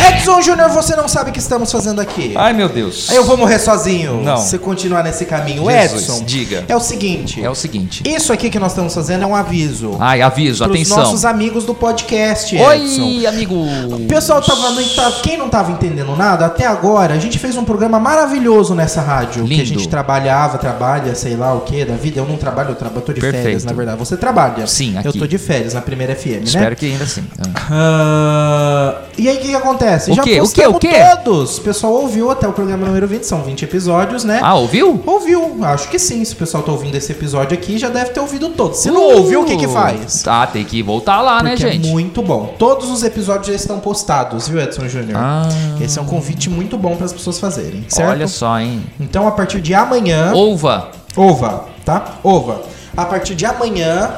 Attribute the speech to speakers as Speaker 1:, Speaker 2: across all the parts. Speaker 1: Edson Júnior, você não sabe o que estamos fazendo aqui.
Speaker 2: Ai, meu Deus.
Speaker 1: Eu vou morrer sozinho.
Speaker 2: Não.
Speaker 1: Se continuar nesse caminho.
Speaker 2: Jesus,
Speaker 1: Edson,
Speaker 2: diga.
Speaker 1: É o seguinte.
Speaker 2: É o seguinte.
Speaker 1: Isso aqui que nós estamos fazendo é um aviso.
Speaker 2: Ai, aviso,
Speaker 1: Para os
Speaker 2: atenção.
Speaker 1: nossos amigos do podcast, Edson.
Speaker 2: Oi, amigo.
Speaker 1: O pessoal tava no, tá- quem não tava entendendo nada até agora, a gente fez um programa maravilhoso nessa rádio, que
Speaker 2: Lindo.
Speaker 1: a gente trabalhava, trabalha, sei lá o que da vida. Eu não trabalho, eu, trabalho, eu tô de
Speaker 2: Perfeito.
Speaker 1: férias, na verdade. Você trabalha?
Speaker 2: Sim,
Speaker 1: Eu
Speaker 2: aqui.
Speaker 1: tô de férias na primeira FM, né?
Speaker 2: Espero que ainda assim.
Speaker 1: Ah, e aí o que, que acontece?
Speaker 2: O quê? O quê? O
Speaker 1: postamos
Speaker 2: quê?
Speaker 1: todos. O pessoal ouviu até o programa número 20, são 20 episódios, né?
Speaker 2: Ah, ouviu?
Speaker 1: Ouviu, acho que sim. Se o pessoal tá ouvindo esse episódio aqui, já deve ter ouvido todos. Se não
Speaker 2: Uh,
Speaker 1: ouviu, o que que faz?
Speaker 2: Ah, tem que voltar lá, né,
Speaker 1: Porque
Speaker 2: gente?
Speaker 1: é muito bom. Todos os episódios já estão postados, viu, Edson Júnior?
Speaker 2: Ah.
Speaker 1: Esse é um convite muito bom para as pessoas fazerem, certo?
Speaker 2: Olha só, hein?
Speaker 1: Então, a partir de amanhã,
Speaker 2: Ouva.
Speaker 1: ova, tá? Ova. A partir de amanhã,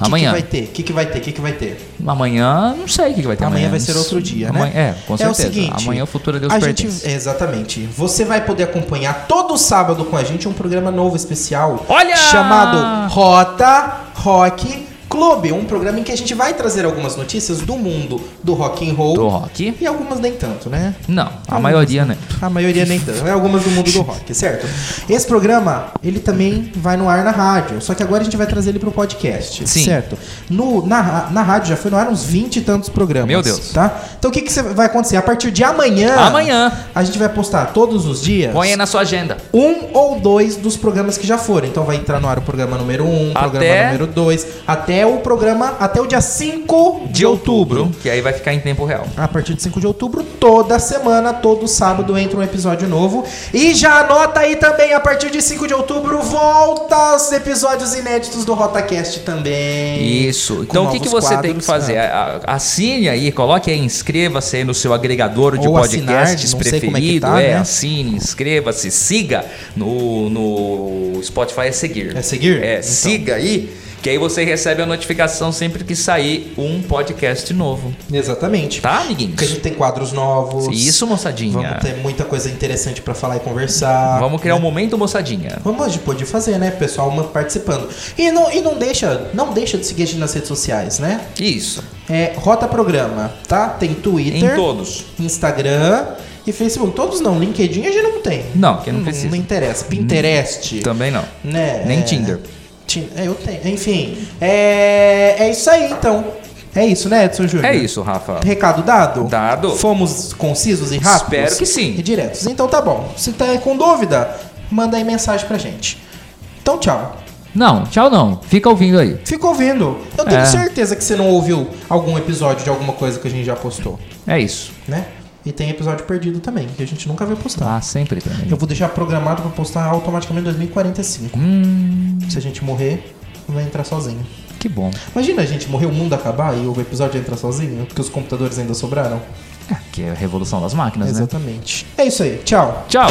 Speaker 1: o
Speaker 2: Amanhã.
Speaker 1: que, que vai ter? O que, que vai ter? O que, que vai ter?
Speaker 2: Amanhã, não sei o que que vai ter
Speaker 1: Amanhã
Speaker 2: amanhã.
Speaker 1: vai ser outro dia,
Speaker 2: Amanhã-
Speaker 1: né?
Speaker 2: É, com certeza.
Speaker 1: É o seguinte,
Speaker 2: amanhã o futuro a Deus
Speaker 1: a
Speaker 2: pertence.
Speaker 1: gente, é Exatamente. Você vai poder acompanhar todo sábado com a gente um programa novo especial.
Speaker 2: Olha!
Speaker 1: Chamado Rota Rock Clube. Um programa em que a gente vai trazer algumas notícias do mundo do rock and roll.
Speaker 2: Do rock?
Speaker 1: E algumas nem tanto, né?
Speaker 2: Não, a
Speaker 1: Algumas-
Speaker 2: maioria, né?
Speaker 1: A maioria nem tanto. né? Algumas do mundo do rock, certo? Esse programa, ele também vai no ar na rádio. Só que agora a gente vai trazer ele pro podcast,
Speaker 2: Sim.
Speaker 1: certo? No, na, ra- na rádio já foi no ar uns 20 e tantos programas.
Speaker 2: Meu Deus.
Speaker 1: Tá? Então o que, que cê- vai acontecer? A partir de amanhã.
Speaker 2: Amanhã.
Speaker 1: A gente vai postar todos os dias.
Speaker 2: Põe aí na sua agenda.
Speaker 1: Um ou dois dos programas que já foram. Então vai entrar no ar o programa número 1, um, o programa
Speaker 2: Até-
Speaker 1: número 2, até o programa, até o dia 5
Speaker 2: De outubro, que aí vai ficar em tempo real.
Speaker 1: a partir de 5 de outubro, toda semana, todo sábado entra um episódio novo. E já anota aí também, a partir de 5 de outubro, volta os episódios inéditos do RotaCast também.
Speaker 2: Isso.
Speaker 1: Com
Speaker 2: Então o que, que
Speaker 1: novos
Speaker 2: você tem que
Speaker 1: quadros,
Speaker 2: fazer?
Speaker 1: né?
Speaker 2: A- a- Assine aí, coloque aí, inscreva-se aí no seu agregador de
Speaker 1: Ou assinar,
Speaker 2: podcasts
Speaker 1: não sei como é que
Speaker 2: preferido.
Speaker 1: tá,
Speaker 2: é,
Speaker 1: né?
Speaker 2: assine, inscreva-se, siga no, no Spotify é seguir.
Speaker 1: É seguir?
Speaker 2: É,
Speaker 1: Então.
Speaker 2: siga aí, que aí você recebe a notificação sempre que sair um podcast novo.
Speaker 1: Exatamente.
Speaker 2: Tá,
Speaker 1: Porque a
Speaker 2: amiguinhos?
Speaker 1: gente tem quadros novos.
Speaker 2: Isso, moçadinha.
Speaker 1: Vamos ter um né? muita coisa interessante pra falar e conversar.
Speaker 2: Vamos criar um momento, moçadinha.
Speaker 1: Vamos, a gente pode fazer, né? Pessoal participando. E não, e não deixa, não deixa de seguir a gente nas redes sociais, né?
Speaker 2: Isso.
Speaker 1: É Rota Programa, tá? Tem Twitter.
Speaker 2: Em todos.
Speaker 1: Instagram e Facebook. Todos não, LinkedIn a gente não tem. Hum,
Speaker 2: Não, que não precisa.
Speaker 1: Não interessa. Pinterest.
Speaker 2: Também não.
Speaker 1: né?
Speaker 2: Nem
Speaker 1: É,
Speaker 2: Tinder.
Speaker 1: Ti- É, eu tenho. Enfim, é, é isso aí então. É isso, né, Edson Júnior?
Speaker 2: É isso, Rafa.
Speaker 1: Recado dado?
Speaker 2: Dado.
Speaker 1: Fomos concisos e rápidos?
Speaker 2: Espero que sim.
Speaker 1: E diretos. Então tá bom. Se tá com dúvida, manda aí mensagem pra gente. Então tchau.
Speaker 2: Não, tchau não. Fica ouvindo aí.
Speaker 1: Fica ouvindo. Eu tenho
Speaker 2: É.
Speaker 1: certeza que você não ouviu algum episódio de alguma coisa que a gente já postou,
Speaker 2: É isso.
Speaker 1: né? E tem episódio perdido também, que a gente nunca vai postar.
Speaker 2: Ah, sempre também.
Speaker 1: Eu vou deixar programado pra postar automaticamente em 2045.
Speaker 2: Hum,
Speaker 1: Se a gente morrer, vai entrar sozinho.
Speaker 2: que bom.
Speaker 1: Imagina a gente morrer, o mundo acabar e o episódio entrar sozinho, porque os computadores ainda sobraram.
Speaker 2: É, que é a revolução das máquinas, né?
Speaker 1: Exatamente. É isso aí. Tchau.
Speaker 2: Tchau.